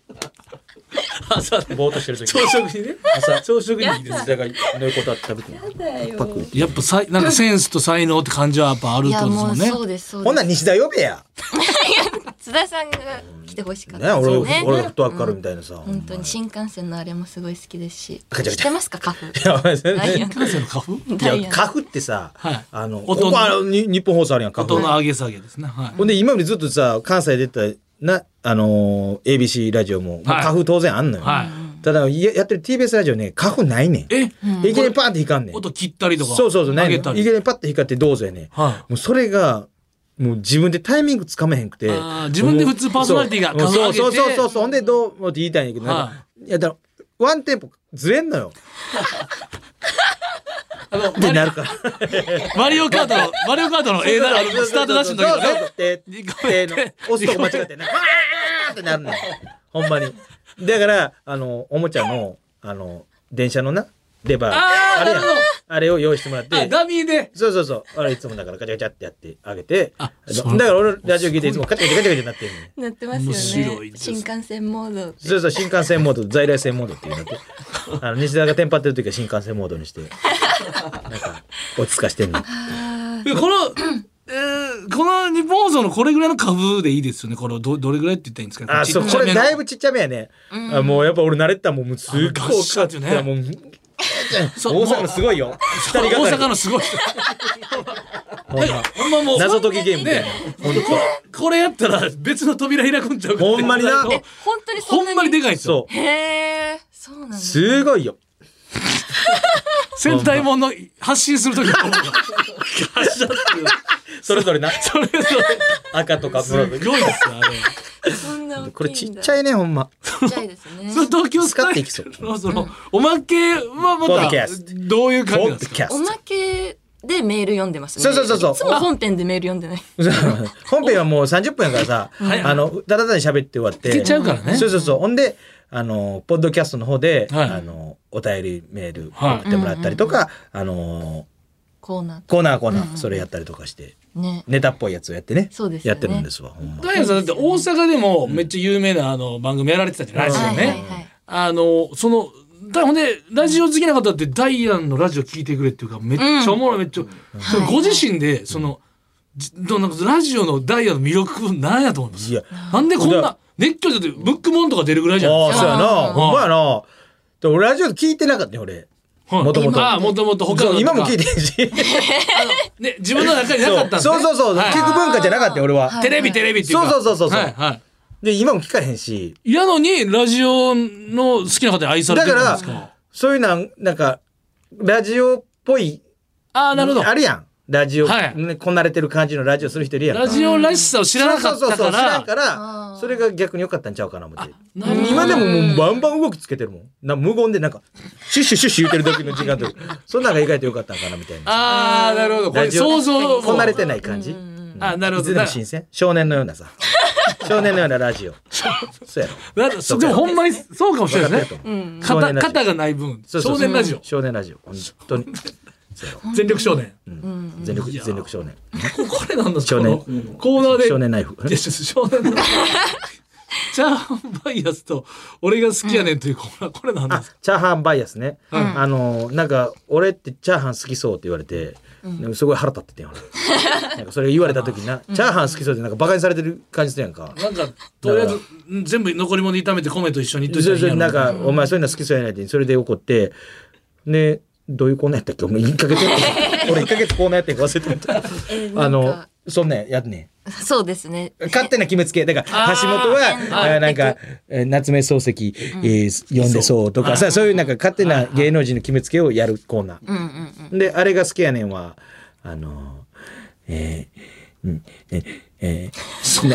[SPEAKER 1] 挟んで
[SPEAKER 3] ぼーっとしてる時
[SPEAKER 1] 朝食にね
[SPEAKER 3] 朝、
[SPEAKER 1] 朝食にいいで
[SPEAKER 3] 西
[SPEAKER 1] す
[SPEAKER 3] 田が寝ることあって食べてるパックリ
[SPEAKER 1] やっぱさいなんかセンスと才能って感じはやっぱあるっ
[SPEAKER 2] い
[SPEAKER 1] てことですも
[SPEAKER 2] やもうん
[SPEAKER 1] ね
[SPEAKER 2] そうですそう
[SPEAKER 3] ほん
[SPEAKER 2] で
[SPEAKER 3] なら
[SPEAKER 2] す
[SPEAKER 3] 西田呼べや。
[SPEAKER 2] 津田さんが来てほしかっ
[SPEAKER 3] ね、
[SPEAKER 2] たです
[SPEAKER 3] 俺
[SPEAKER 2] よ
[SPEAKER 3] が、
[SPEAKER 2] ね
[SPEAKER 3] 俺が太くかるみたいなさ。
[SPEAKER 2] 本当に新幹線のあれもすごい好きですし
[SPEAKER 3] ガチャ
[SPEAKER 2] 知
[SPEAKER 3] ガチャ
[SPEAKER 2] ってますかカ フ
[SPEAKER 3] やばいですね
[SPEAKER 2] ダイアン
[SPEAKER 1] 感性の花粉
[SPEAKER 3] い
[SPEAKER 2] ダイア
[SPEAKER 3] や、
[SPEAKER 2] ン
[SPEAKER 3] カフってさ
[SPEAKER 1] はい、
[SPEAKER 3] あの、
[SPEAKER 1] 音
[SPEAKER 3] こ
[SPEAKER 1] の
[SPEAKER 3] こあのに日本放送あるやん、カフ
[SPEAKER 1] 音。の上げ下げですねはい
[SPEAKER 3] ほんで、今までずっとさ、関西出てた、な、あのー、ABC ラジオも、もう
[SPEAKER 1] はい
[SPEAKER 3] カフ当然あんのよ。
[SPEAKER 1] はい
[SPEAKER 3] ただ、ややってる TBS ラジオね、カフないねん。
[SPEAKER 1] え
[SPEAKER 3] いきなりパーンって光んねん。
[SPEAKER 1] 音切ったりとか
[SPEAKER 3] そうそうそう、な
[SPEAKER 1] 投
[SPEAKER 3] いね
[SPEAKER 1] げ
[SPEAKER 3] んいき
[SPEAKER 1] た
[SPEAKER 3] な
[SPEAKER 1] り
[SPEAKER 3] りパッて光ってどうぞやねん。
[SPEAKER 1] はい
[SPEAKER 3] もうそれが、もう自分でタイミングつかめへんくて
[SPEAKER 1] あー。自分で普通パーソナリティが
[SPEAKER 3] もうそう
[SPEAKER 1] 顔
[SPEAKER 3] そ
[SPEAKER 1] 上
[SPEAKER 3] う
[SPEAKER 1] げて
[SPEAKER 3] そうそうそう。ほんで、どうもって言いたいんやけど、なんか
[SPEAKER 1] はい
[SPEAKER 3] や、だから、ワンテンポずれんのよ。
[SPEAKER 1] あの
[SPEAKER 3] ってなるから。
[SPEAKER 1] マリオカートの、マリオカートの A だ、あのスタートダッシュの時
[SPEAKER 3] そう
[SPEAKER 1] の
[SPEAKER 3] そうそう
[SPEAKER 1] ね。
[SPEAKER 3] で
[SPEAKER 1] 二個目
[SPEAKER 3] での押すとこ間 違ってねわーってなるのよほんまにだからあのおもちゃのあの電車のなレバー
[SPEAKER 1] あー
[SPEAKER 3] あれやん
[SPEAKER 1] なるほど
[SPEAKER 3] あれを用意してもらっ
[SPEAKER 1] あ、
[SPEAKER 3] て
[SPEAKER 1] ダミーで。
[SPEAKER 3] そうそうそうあれいつもだからガチャガチャってやってあげて
[SPEAKER 1] あ
[SPEAKER 3] あ
[SPEAKER 1] そう
[SPEAKER 3] のだから俺ラジオ聞いていつもガチャガチャガチャガチャなってんのよ
[SPEAKER 2] なってますよ
[SPEAKER 1] 面白い
[SPEAKER 2] ね
[SPEAKER 1] です
[SPEAKER 2] 新幹線モード
[SPEAKER 3] そうそう新幹線モード在来線モードっていう のってあの西田がテンパってる時は新幹線モードにしてなんか落ち着かしてんの
[SPEAKER 1] でこの、えーこの日本放送のこれぐらいの株でいいですよね。これをど、どれぐらいって言ったらいいんですか
[SPEAKER 3] あ、そう、これだい。ぶちっちゃめやね。あもうやっぱ俺慣れてたもん、もうすっご
[SPEAKER 1] あ
[SPEAKER 3] い
[SPEAKER 1] のガッシャーっていうね
[SPEAKER 3] いやもう、
[SPEAKER 1] そう
[SPEAKER 3] 大阪のすごいよ。
[SPEAKER 1] ちっち
[SPEAKER 3] 二
[SPEAKER 1] ゃめ
[SPEAKER 3] 人
[SPEAKER 1] の
[SPEAKER 3] が
[SPEAKER 1] 大
[SPEAKER 3] か
[SPEAKER 1] 阪
[SPEAKER 3] り。
[SPEAKER 1] のすごい人。
[SPEAKER 3] ほんま
[SPEAKER 1] ほんまもう、
[SPEAKER 3] 謎解きゲームみたい
[SPEAKER 1] ね
[SPEAKER 3] な。
[SPEAKER 1] ここれやったら別の扉開くんちゃうかって
[SPEAKER 3] ほんまにな
[SPEAKER 1] ほん
[SPEAKER 2] 本当にそ
[SPEAKER 1] ほ
[SPEAKER 2] んなんに
[SPEAKER 1] まにでかいですよ。
[SPEAKER 3] そ
[SPEAKER 2] へえそうなんだ
[SPEAKER 3] う。すごいよ。
[SPEAKER 1] 戦隊もんの発信する時の音が。ガシャッていう
[SPEAKER 3] それぞれ な。
[SPEAKER 1] それぞれ。
[SPEAKER 3] 赤とか
[SPEAKER 1] す
[SPEAKER 3] 紫
[SPEAKER 1] ごいですよ、あれ。
[SPEAKER 2] そんな大きいんだ
[SPEAKER 3] これちっちゃいね、ほんま。
[SPEAKER 2] ちっちゃいですね
[SPEAKER 1] その東京ス
[SPEAKER 3] 使
[SPEAKER 1] カ
[SPEAKER 3] っ
[SPEAKER 1] イ
[SPEAKER 3] て
[SPEAKER 1] ル
[SPEAKER 3] いきそう
[SPEAKER 1] のそのおまけはま
[SPEAKER 3] ポッドキ
[SPEAKER 1] た
[SPEAKER 3] ャス
[SPEAKER 1] どういう
[SPEAKER 3] ポ
[SPEAKER 1] 感じなんで
[SPEAKER 3] ッド
[SPEAKER 1] す
[SPEAKER 3] キ
[SPEAKER 1] か
[SPEAKER 3] ャ
[SPEAKER 2] お
[SPEAKER 3] ス
[SPEAKER 2] まけでメール読んでますね
[SPEAKER 3] そうそうそうそう
[SPEAKER 2] いつも本編でメール読んでない
[SPEAKER 3] ト。本編はもう30分やからさ、
[SPEAKER 1] はい
[SPEAKER 3] あの、ただただ喋って終わって。
[SPEAKER 1] 聞けちゃうからね
[SPEAKER 3] そうそうそう。ほんで、あの、ポッドキャストの方で、
[SPEAKER 1] はい
[SPEAKER 3] あの、お便りメール
[SPEAKER 1] はい
[SPEAKER 3] 送ってもらったりとか、あの、
[SPEAKER 2] コーナ
[SPEAKER 3] コーナーコーナー、それやったりとかして。
[SPEAKER 2] ーね
[SPEAKER 3] ネタっぽいやつをやってね。
[SPEAKER 2] そうですよ
[SPEAKER 3] や
[SPEAKER 2] ね
[SPEAKER 3] ってるんですわ。ほんま。
[SPEAKER 1] ダイアンさんだって大阪でもめっちゃ有名なあの番組やられてたじゃないです
[SPEAKER 3] そ
[SPEAKER 1] か
[SPEAKER 3] う
[SPEAKER 2] はいはい
[SPEAKER 1] ね。
[SPEAKER 2] はい
[SPEAKER 1] あのそのだほんでラジオ好きな方ってダイアンのラジオ聞いてくれっていうかめっちゃおもろいめっちゃそれご自身でそのじどうなんかラジオのダイアンの魅力なんやと思います
[SPEAKER 3] いや。
[SPEAKER 1] なんでこん
[SPEAKER 3] だか
[SPEAKER 1] な熱狂者ってブックモンとか出るぐらいじゃない
[SPEAKER 3] あ
[SPEAKER 1] で
[SPEAKER 3] あ、
[SPEAKER 1] すか。
[SPEAKER 3] そうや
[SPEAKER 1] ん
[SPEAKER 3] な。ほんまやな。で俺ラジオ聞いてなかったよ、俺。
[SPEAKER 1] はい
[SPEAKER 3] もともと
[SPEAKER 1] ああもともと他の
[SPEAKER 3] そう今も聞い
[SPEAKER 1] て
[SPEAKER 3] てるし。
[SPEAKER 1] ね自分の中になかったんですね
[SPEAKER 3] そうそうそうそう。
[SPEAKER 1] はい
[SPEAKER 3] 聞く文化じゃなかったよ、俺は。
[SPEAKER 2] はい
[SPEAKER 1] テレビテレビっていうか。
[SPEAKER 3] そうそうそうそう
[SPEAKER 1] はいはい。
[SPEAKER 3] で、今も聞かへんし。
[SPEAKER 1] やのにラジオの好きな方に愛され
[SPEAKER 3] だ
[SPEAKER 1] て
[SPEAKER 3] か
[SPEAKER 1] るんで
[SPEAKER 3] ら
[SPEAKER 1] すか。、
[SPEAKER 3] そういうなん、なんか、ラジオっぽい、
[SPEAKER 1] ああなるほど。
[SPEAKER 3] あるやん。ラジオ、
[SPEAKER 1] はい
[SPEAKER 3] ねこなれてる感じのラジオする人いるやんか。
[SPEAKER 1] ラジオらしさを知らなかっ
[SPEAKER 3] そうそ
[SPEAKER 1] た
[SPEAKER 3] うそう
[SPEAKER 1] か。
[SPEAKER 3] そう知らんから
[SPEAKER 2] あー
[SPEAKER 3] ら、それが逆に良かったんちゃうかな思って。
[SPEAKER 1] なるほど
[SPEAKER 3] 今でももうバンバン動きつけてるもん。な無言でなんか、シュッシュッシュッシュ言ってる時の時間と か、そんなんが意外と良かったんかなみたいな。
[SPEAKER 1] ああなるほど。これ
[SPEAKER 3] ラジオ
[SPEAKER 1] 想像
[SPEAKER 3] こ
[SPEAKER 1] も
[SPEAKER 3] なれてない感じ。
[SPEAKER 1] あなるほど
[SPEAKER 3] いつでも新鮮。少年のよう なさ。少年のようなラジオ。そうやろ。
[SPEAKER 1] なんかそうでもほんまにそうかもしれ
[SPEAKER 3] 分か
[SPEAKER 1] ない
[SPEAKER 3] った
[SPEAKER 1] で
[SPEAKER 3] や
[SPEAKER 1] す
[SPEAKER 3] と
[SPEAKER 1] ね。
[SPEAKER 3] 思う。
[SPEAKER 1] 肩
[SPEAKER 3] 少年ラジオ
[SPEAKER 1] 肩がない分
[SPEAKER 3] そうそう
[SPEAKER 1] 少年ラジオ
[SPEAKER 3] 少年ラジオ。本 当に。そうやろ
[SPEAKER 1] 全力少年。
[SPEAKER 3] うん全力、全力少年。
[SPEAKER 1] こ これなんだ
[SPEAKER 3] 少年
[SPEAKER 1] このコーナーで
[SPEAKER 3] 少年ナイフ。
[SPEAKER 1] いやちょっと少 年の。チャーハンバイアスと俺が好きやねんというコーナーこれなんで
[SPEAKER 3] あ
[SPEAKER 1] すか。、
[SPEAKER 3] チャーハンバイアスね。あの、なんか、俺ってチャーハン好きそうって言われて、なんかすごい腹立っててんよ。 俺なんかそれ言われた時な、チャーハン好きそうってなんか馬鹿にされてる感じするやんか。
[SPEAKER 1] なんかとりあえずうん全部残り物炒めて米と一緒にいっといた
[SPEAKER 3] そ
[SPEAKER 1] ら
[SPEAKER 3] れ
[SPEAKER 1] いいや
[SPEAKER 3] そ
[SPEAKER 1] ろ
[SPEAKER 3] れなんか、お前そういうの好きそうやないって、それで怒って、ね、どういうコーナーやったっけお前1ヶ月やってん 俺1ヶ月コーナーやってんか忘れてみた。
[SPEAKER 2] えー
[SPEAKER 3] あ
[SPEAKER 2] なん
[SPEAKER 3] の
[SPEAKER 2] か、
[SPEAKER 3] そんなんやんねん。
[SPEAKER 2] そうです ね
[SPEAKER 3] 勝手な決めつけ。だから、橋本は、あなんか、えー夏目漱石、えー読んでそうとかさ、そういうなんか勝手な芸能人の決めつけをやるコーナー。
[SPEAKER 2] うんうんうん
[SPEAKER 3] で、あれが好きやねんは、あの、えーうんえーえー
[SPEAKER 1] そう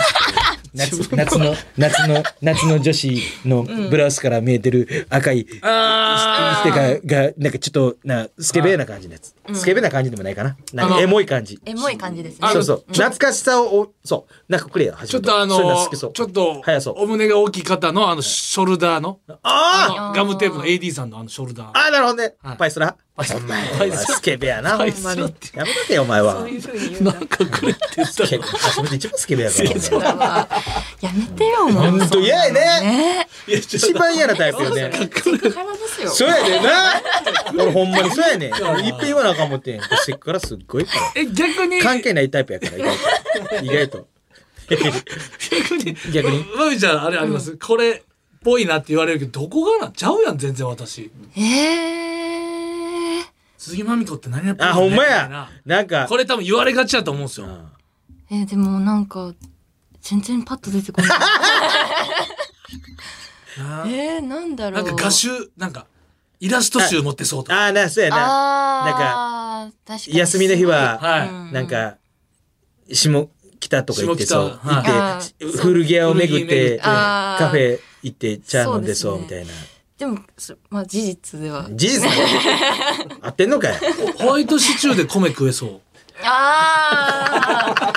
[SPEAKER 3] 夏夏の夏の夏の女子のブラウスから見えてる赤いス
[SPEAKER 1] あ
[SPEAKER 3] テッカーがなんかちょっとなスケベな感じのやつ、スケベな感じでもないかななんかエモい感じ
[SPEAKER 2] エモい感じですね
[SPEAKER 1] あ
[SPEAKER 3] そ
[SPEAKER 1] の
[SPEAKER 3] うそう懐かしさをおそうなんかくれよ
[SPEAKER 1] ちょっとあの
[SPEAKER 3] そういう好きそう
[SPEAKER 1] ちょっと
[SPEAKER 3] 早そう
[SPEAKER 1] お胸が大きい方のあのショルダーの
[SPEAKER 3] あ
[SPEAKER 1] あのガムテープの AD さんのあのショルダー
[SPEAKER 3] あああなるほどね、
[SPEAKER 1] はい
[SPEAKER 3] パイスラ
[SPEAKER 1] イスラ
[SPEAKER 3] お前
[SPEAKER 1] パイ
[SPEAKER 3] は
[SPEAKER 1] スラ
[SPEAKER 3] スケベやなほん
[SPEAKER 1] パイ
[SPEAKER 3] まに
[SPEAKER 1] スラ
[SPEAKER 3] や
[SPEAKER 1] って
[SPEAKER 3] めとけよお前は
[SPEAKER 2] そういうふうに言う
[SPEAKER 1] なん
[SPEAKER 2] だ
[SPEAKER 1] んかくれって言った
[SPEAKER 3] 結
[SPEAKER 1] ら
[SPEAKER 3] 構初めて一番スケベやから
[SPEAKER 2] やめてよもう
[SPEAKER 3] 本当嫌やね
[SPEAKER 2] ね
[SPEAKER 1] いやちょっ
[SPEAKER 3] 一番嫌なタイプよね
[SPEAKER 2] せっかくから ですよ
[SPEAKER 3] そうやでな俺ほんまにそうやねん俺いっぺん言わなあかん思ってんせっからすっごいから
[SPEAKER 1] とえ逆に
[SPEAKER 3] 関係ないタイプやから意外 と意外と
[SPEAKER 1] 逆に
[SPEAKER 3] 逆に
[SPEAKER 1] まみちゃんあれあります、これっぽいなって言われるけどどこがなちゃうやん全然私
[SPEAKER 2] えー
[SPEAKER 1] 鈴木まみこって何やってんの
[SPEAKER 3] あほん
[SPEAKER 1] み
[SPEAKER 3] ま
[SPEAKER 1] たい
[SPEAKER 3] や
[SPEAKER 1] な
[SPEAKER 3] なんか
[SPEAKER 1] これ多分言われがちだと思うんですよ、
[SPEAKER 3] うん
[SPEAKER 2] えーでもなんか全然パッと出てこない
[SPEAKER 1] な
[SPEAKER 2] えー、なんだ
[SPEAKER 1] な
[SPEAKER 2] ろうん
[SPEAKER 1] か画集なんかイラスト集持ってそうとか
[SPEAKER 3] ああなそうやな
[SPEAKER 2] あー確かに
[SPEAKER 3] 休みの日は
[SPEAKER 1] はい、
[SPEAKER 2] うん
[SPEAKER 3] なんか下北とか行ってそう
[SPEAKER 1] 下北
[SPEAKER 3] 行
[SPEAKER 2] は
[SPEAKER 3] っ
[SPEAKER 2] い
[SPEAKER 3] て古着屋を巡
[SPEAKER 1] 古着巡
[SPEAKER 3] っ
[SPEAKER 1] ってて
[SPEAKER 2] あー
[SPEAKER 3] カフェ行ってチャー飲んでそ
[SPEAKER 2] そうう
[SPEAKER 3] み
[SPEAKER 2] です
[SPEAKER 3] たいな
[SPEAKER 2] でもそまあ事実では
[SPEAKER 3] 事実合ってんのかい
[SPEAKER 1] ホワイトシチューで米食えそう
[SPEAKER 2] ああ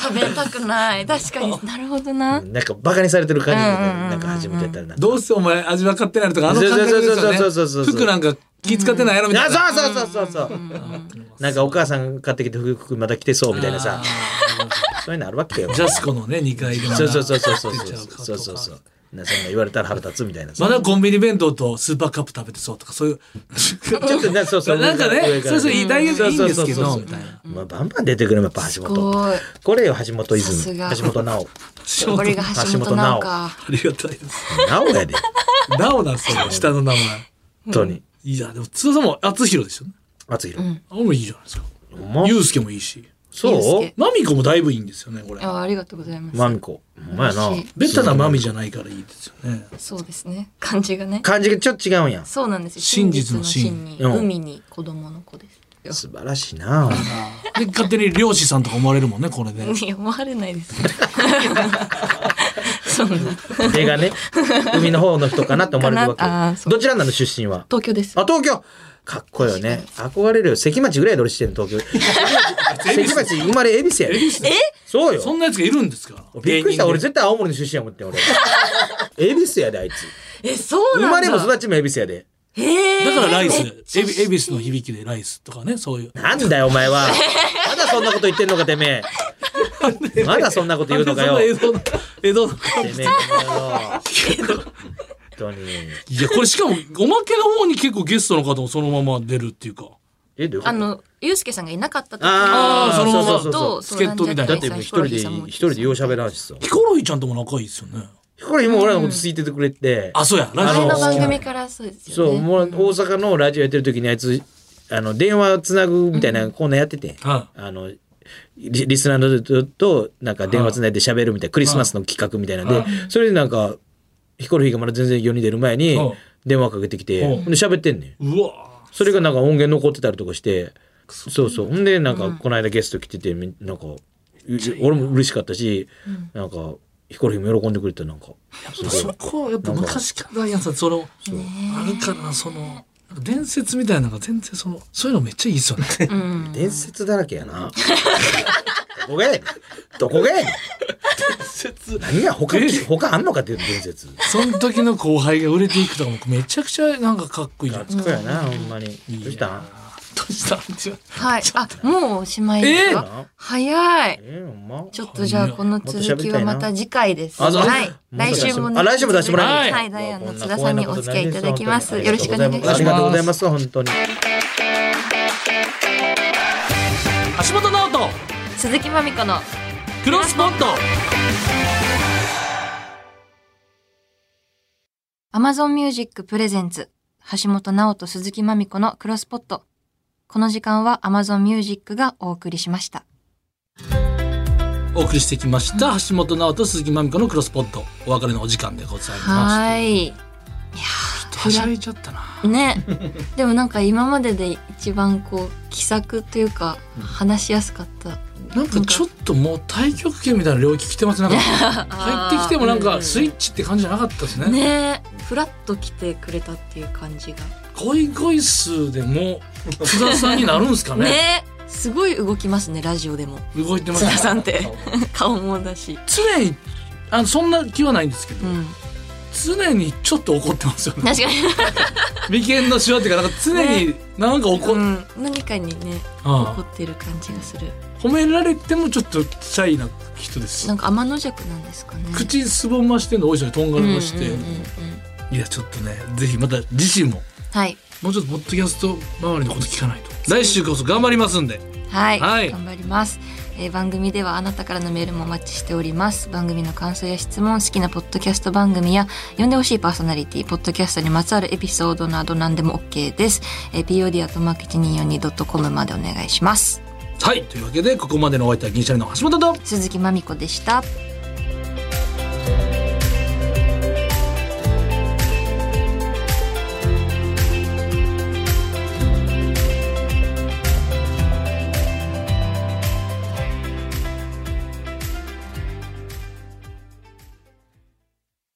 [SPEAKER 2] 食べたくない確かになるほどな
[SPEAKER 3] なんかバカにされてる感じに
[SPEAKER 2] うんうんうんう
[SPEAKER 3] なんるなんか初めてやったらな
[SPEAKER 1] どうせお前味分かってないとかあの感覚ですよね
[SPEAKER 3] そうそうそうそうそうそう
[SPEAKER 1] 服なんか気使ってないやろみたいな
[SPEAKER 3] あそうそうそうそうそうなんかお母さん買ってきて服また着てそうみたいなさそういうのあるわけよ
[SPEAKER 1] ジャスコのね2階で
[SPEAKER 3] そうそうそうそうそうそう
[SPEAKER 1] 出ちゃうかとか
[SPEAKER 3] そうそうそうなそんな言われたら腹立つみたいな
[SPEAKER 1] ま
[SPEAKER 3] さ
[SPEAKER 1] だコンビニ弁当とスーパーカップ食べてそうとかそういうちょっ
[SPEAKER 3] ちょっとねそうそう
[SPEAKER 1] なんか
[SPEAKER 3] 上
[SPEAKER 1] ね
[SPEAKER 3] か
[SPEAKER 1] そう
[SPEAKER 3] ら
[SPEAKER 1] そういい大学
[SPEAKER 3] そう
[SPEAKER 1] いいん
[SPEAKER 3] そう
[SPEAKER 1] で
[SPEAKER 3] そ
[SPEAKER 1] す
[SPEAKER 3] う
[SPEAKER 1] け
[SPEAKER 3] そ
[SPEAKER 1] ど
[SPEAKER 3] う
[SPEAKER 1] みたいな
[SPEAKER 3] まあバンバン出てくるやっぱ橋
[SPEAKER 2] す
[SPEAKER 3] 本
[SPEAKER 2] ごい
[SPEAKER 3] これよ橋本イ
[SPEAKER 2] さす
[SPEAKER 3] ズム
[SPEAKER 2] が
[SPEAKER 3] 橋本直
[SPEAKER 2] これが橋本直か
[SPEAKER 1] ありがたいです
[SPEAKER 3] 直やで
[SPEAKER 1] なおなんですよ下の名前
[SPEAKER 3] 本当に
[SPEAKER 1] いやでも津田さんも厚弘ですよね
[SPEAKER 3] 厚弘
[SPEAKER 1] あもういいじゃないですか
[SPEAKER 3] ほんま
[SPEAKER 1] ゆうすけもいいし
[SPEAKER 2] ゆうす
[SPEAKER 3] そ
[SPEAKER 2] け
[SPEAKER 1] マミコもだいぶいいんですよねこれ
[SPEAKER 2] あありがとうございま
[SPEAKER 3] う
[SPEAKER 2] す、
[SPEAKER 3] まみこほんまやな
[SPEAKER 2] 嬉しい
[SPEAKER 1] ベタなマミじゃないからいいですよね
[SPEAKER 2] そうですね漢字がね
[SPEAKER 3] 感じがちょっと違うんや
[SPEAKER 2] そうなんですよ
[SPEAKER 1] 真実の真
[SPEAKER 2] に
[SPEAKER 3] うん
[SPEAKER 2] 海に子供の子です
[SPEAKER 3] 素晴らしいな
[SPEAKER 1] で勝手に漁師さんとか思われるもんねこれで
[SPEAKER 2] よいや思われないです そんな
[SPEAKER 3] 映画ね海の方の人かなって思われる
[SPEAKER 2] かな
[SPEAKER 3] わ
[SPEAKER 2] あー
[SPEAKER 3] け
[SPEAKER 2] そう
[SPEAKER 3] どちらなの出身は
[SPEAKER 2] 東京です
[SPEAKER 3] あ東京かっこいいよね憧れるよ関町ぐらいで俺してる東京関町生まれ恵比寿やね
[SPEAKER 2] え
[SPEAKER 3] そうよ
[SPEAKER 1] そんなやつがいるんですか
[SPEAKER 3] びっくりした俺
[SPEAKER 1] 芸人
[SPEAKER 3] 絶対青森の出身やもんって俺恵比寿やであいつ
[SPEAKER 2] えそう
[SPEAKER 3] 生
[SPEAKER 2] な
[SPEAKER 3] ま
[SPEAKER 2] んだ
[SPEAKER 3] れも育ちも恵比寿やで
[SPEAKER 2] へえ
[SPEAKER 1] でだからライス
[SPEAKER 2] めっちゃ
[SPEAKER 1] エビエビスの響きでライスとかねそういう
[SPEAKER 3] なんだよお前はまだそんなこと言ってんのかてめえまだそんなこと言うのかよ
[SPEAKER 1] 江戸の江戸の
[SPEAKER 3] てめえ本当に
[SPEAKER 1] いやこれしかもおまけの方に結構ゲストの方もそのまま出るっていうか
[SPEAKER 3] えどういうこと
[SPEAKER 2] あのゆうすけさんがいなかった時
[SPEAKER 3] あ
[SPEAKER 1] ーそのまま
[SPEAKER 3] そうそう
[SPEAKER 2] と
[SPEAKER 1] そう助っ人みたいな
[SPEAKER 3] だってもう一人で一人でよう喋らんしさ
[SPEAKER 1] ヒコロヒーちゃんとも仲いいですよね
[SPEAKER 3] これ今俺らのことついててくれて、
[SPEAKER 1] あそうやラ
[SPEAKER 2] あ
[SPEAKER 1] ジ
[SPEAKER 2] れ
[SPEAKER 1] オ
[SPEAKER 2] の番組からそうです
[SPEAKER 3] そう
[SPEAKER 2] よね
[SPEAKER 3] もう大阪のラジオやってる時にあいつあの電話つなぐみたいなコーナーやってて、
[SPEAKER 1] は
[SPEAKER 3] あのリリスナーの人となんか電話つないで喋るみたいなクリスマスの企画みたいなんで、それでなんかヒコロヒーがまだ全然世に出る前に
[SPEAKER 1] うん
[SPEAKER 3] 電話かけてきて、
[SPEAKER 1] うん
[SPEAKER 3] で喋ってんねん
[SPEAKER 1] うわ
[SPEAKER 3] それがなんか音源残ってたりとかしてそうそうほんでなんかこの間ゲスト来ててみなんか俺も嬉しかったし、なんかヒコロヒーも喜んでくれてなんか
[SPEAKER 1] そこはやっぱ昔からダイアンさんそのあるかなそのなんか伝説みたいなのが全然そのそういうのめっちゃいいですよね
[SPEAKER 2] うん
[SPEAKER 3] 伝説だらけやな。どこがやねん。どこがやねん。何が他
[SPEAKER 1] 伝説
[SPEAKER 3] 他あんのかっていう伝説。
[SPEAKER 1] その時の後輩が売れていくとかもめちゃくちゃなんかかっこいいじゃないですか
[SPEAKER 3] そうやなほんまに。どうしたん？
[SPEAKER 1] どうしたんっていう
[SPEAKER 2] はいあもうおしまいです
[SPEAKER 1] え
[SPEAKER 2] か、
[SPEAKER 3] ー
[SPEAKER 2] 早い
[SPEAKER 3] ええほんま。
[SPEAKER 2] ちょっとじゃあこの続きはまた次回です。
[SPEAKER 3] あそう
[SPEAKER 2] はい。
[SPEAKER 3] また
[SPEAKER 2] 来週も
[SPEAKER 3] あ来週も出してもら
[SPEAKER 1] える
[SPEAKER 2] はい、ダイアンの津田さんにお付き合いいただきます。よろしくお願いしま
[SPEAKER 3] あ
[SPEAKER 2] す
[SPEAKER 3] り。がとうございます本当に。
[SPEAKER 1] 橋本直人
[SPEAKER 2] 鈴木まみこの
[SPEAKER 1] クロスポット
[SPEAKER 2] Amazon Music Presents 橋本直人鈴木まみこのクロスポット。この時間は Amazon Music がお送りしました。
[SPEAKER 1] お送りしてきました橋本直人鈴木まみこのクロスポットお別れのお時間でございます
[SPEAKER 2] はい。いや
[SPEAKER 1] ちょっとはしゃいちゃったな
[SPEAKER 2] ーね。でもなんか今までで一番こう気さくというか話しやすかった
[SPEAKER 1] なんかちょっともう太極拳みたいな領域来てますねなんか
[SPEAKER 2] あー
[SPEAKER 1] 入ってきてもなん
[SPEAKER 2] うんうん
[SPEAKER 1] か
[SPEAKER 2] うん
[SPEAKER 1] スイッチって感じじゃなかったですね
[SPEAKER 2] ねえフラッと来てくれたっていう感じが
[SPEAKER 1] ゴイゴイ数でもう津田さんになるんですか
[SPEAKER 2] ね
[SPEAKER 1] ね
[SPEAKER 2] えすごい動きますねラジオでも
[SPEAKER 1] 動いてます
[SPEAKER 2] 津田さんって 顔もだし
[SPEAKER 1] 常にあのそんな気はないんですけど、
[SPEAKER 2] うん
[SPEAKER 1] 常にちょっと怒ってますよね
[SPEAKER 2] 確かに、
[SPEAKER 1] 眉間のシワっていうかなんか常になんか怒っ、
[SPEAKER 2] うん、何かにね
[SPEAKER 1] あ
[SPEAKER 2] 怒ってる感じがする
[SPEAKER 1] あ褒められてもちょっとシャイな人です
[SPEAKER 2] なんか天の弱なんですかね
[SPEAKER 1] 口すぼましてんの多いですよねとんがりまして、
[SPEAKER 2] うんうんうんうん
[SPEAKER 1] いやちょっとねぜひまた次身も
[SPEAKER 2] はい
[SPEAKER 1] もうちょっとポッドキャスト周りのこと聞かないと来週こそ頑張りますんで
[SPEAKER 2] はい、
[SPEAKER 1] はい
[SPEAKER 2] 頑張ります、えー番組ではあなたからのメールもお待ちしております番組の感想や質問好きなポッドキャスト番組や呼んでほしいパーソナリティポッドキャストにまつわるエピソードなど何でも OK です、えー、pod.1242.com までお願いします
[SPEAKER 1] はいというわけでここまでのお相手は銀シャリの橋本と
[SPEAKER 2] 鈴木まみこでした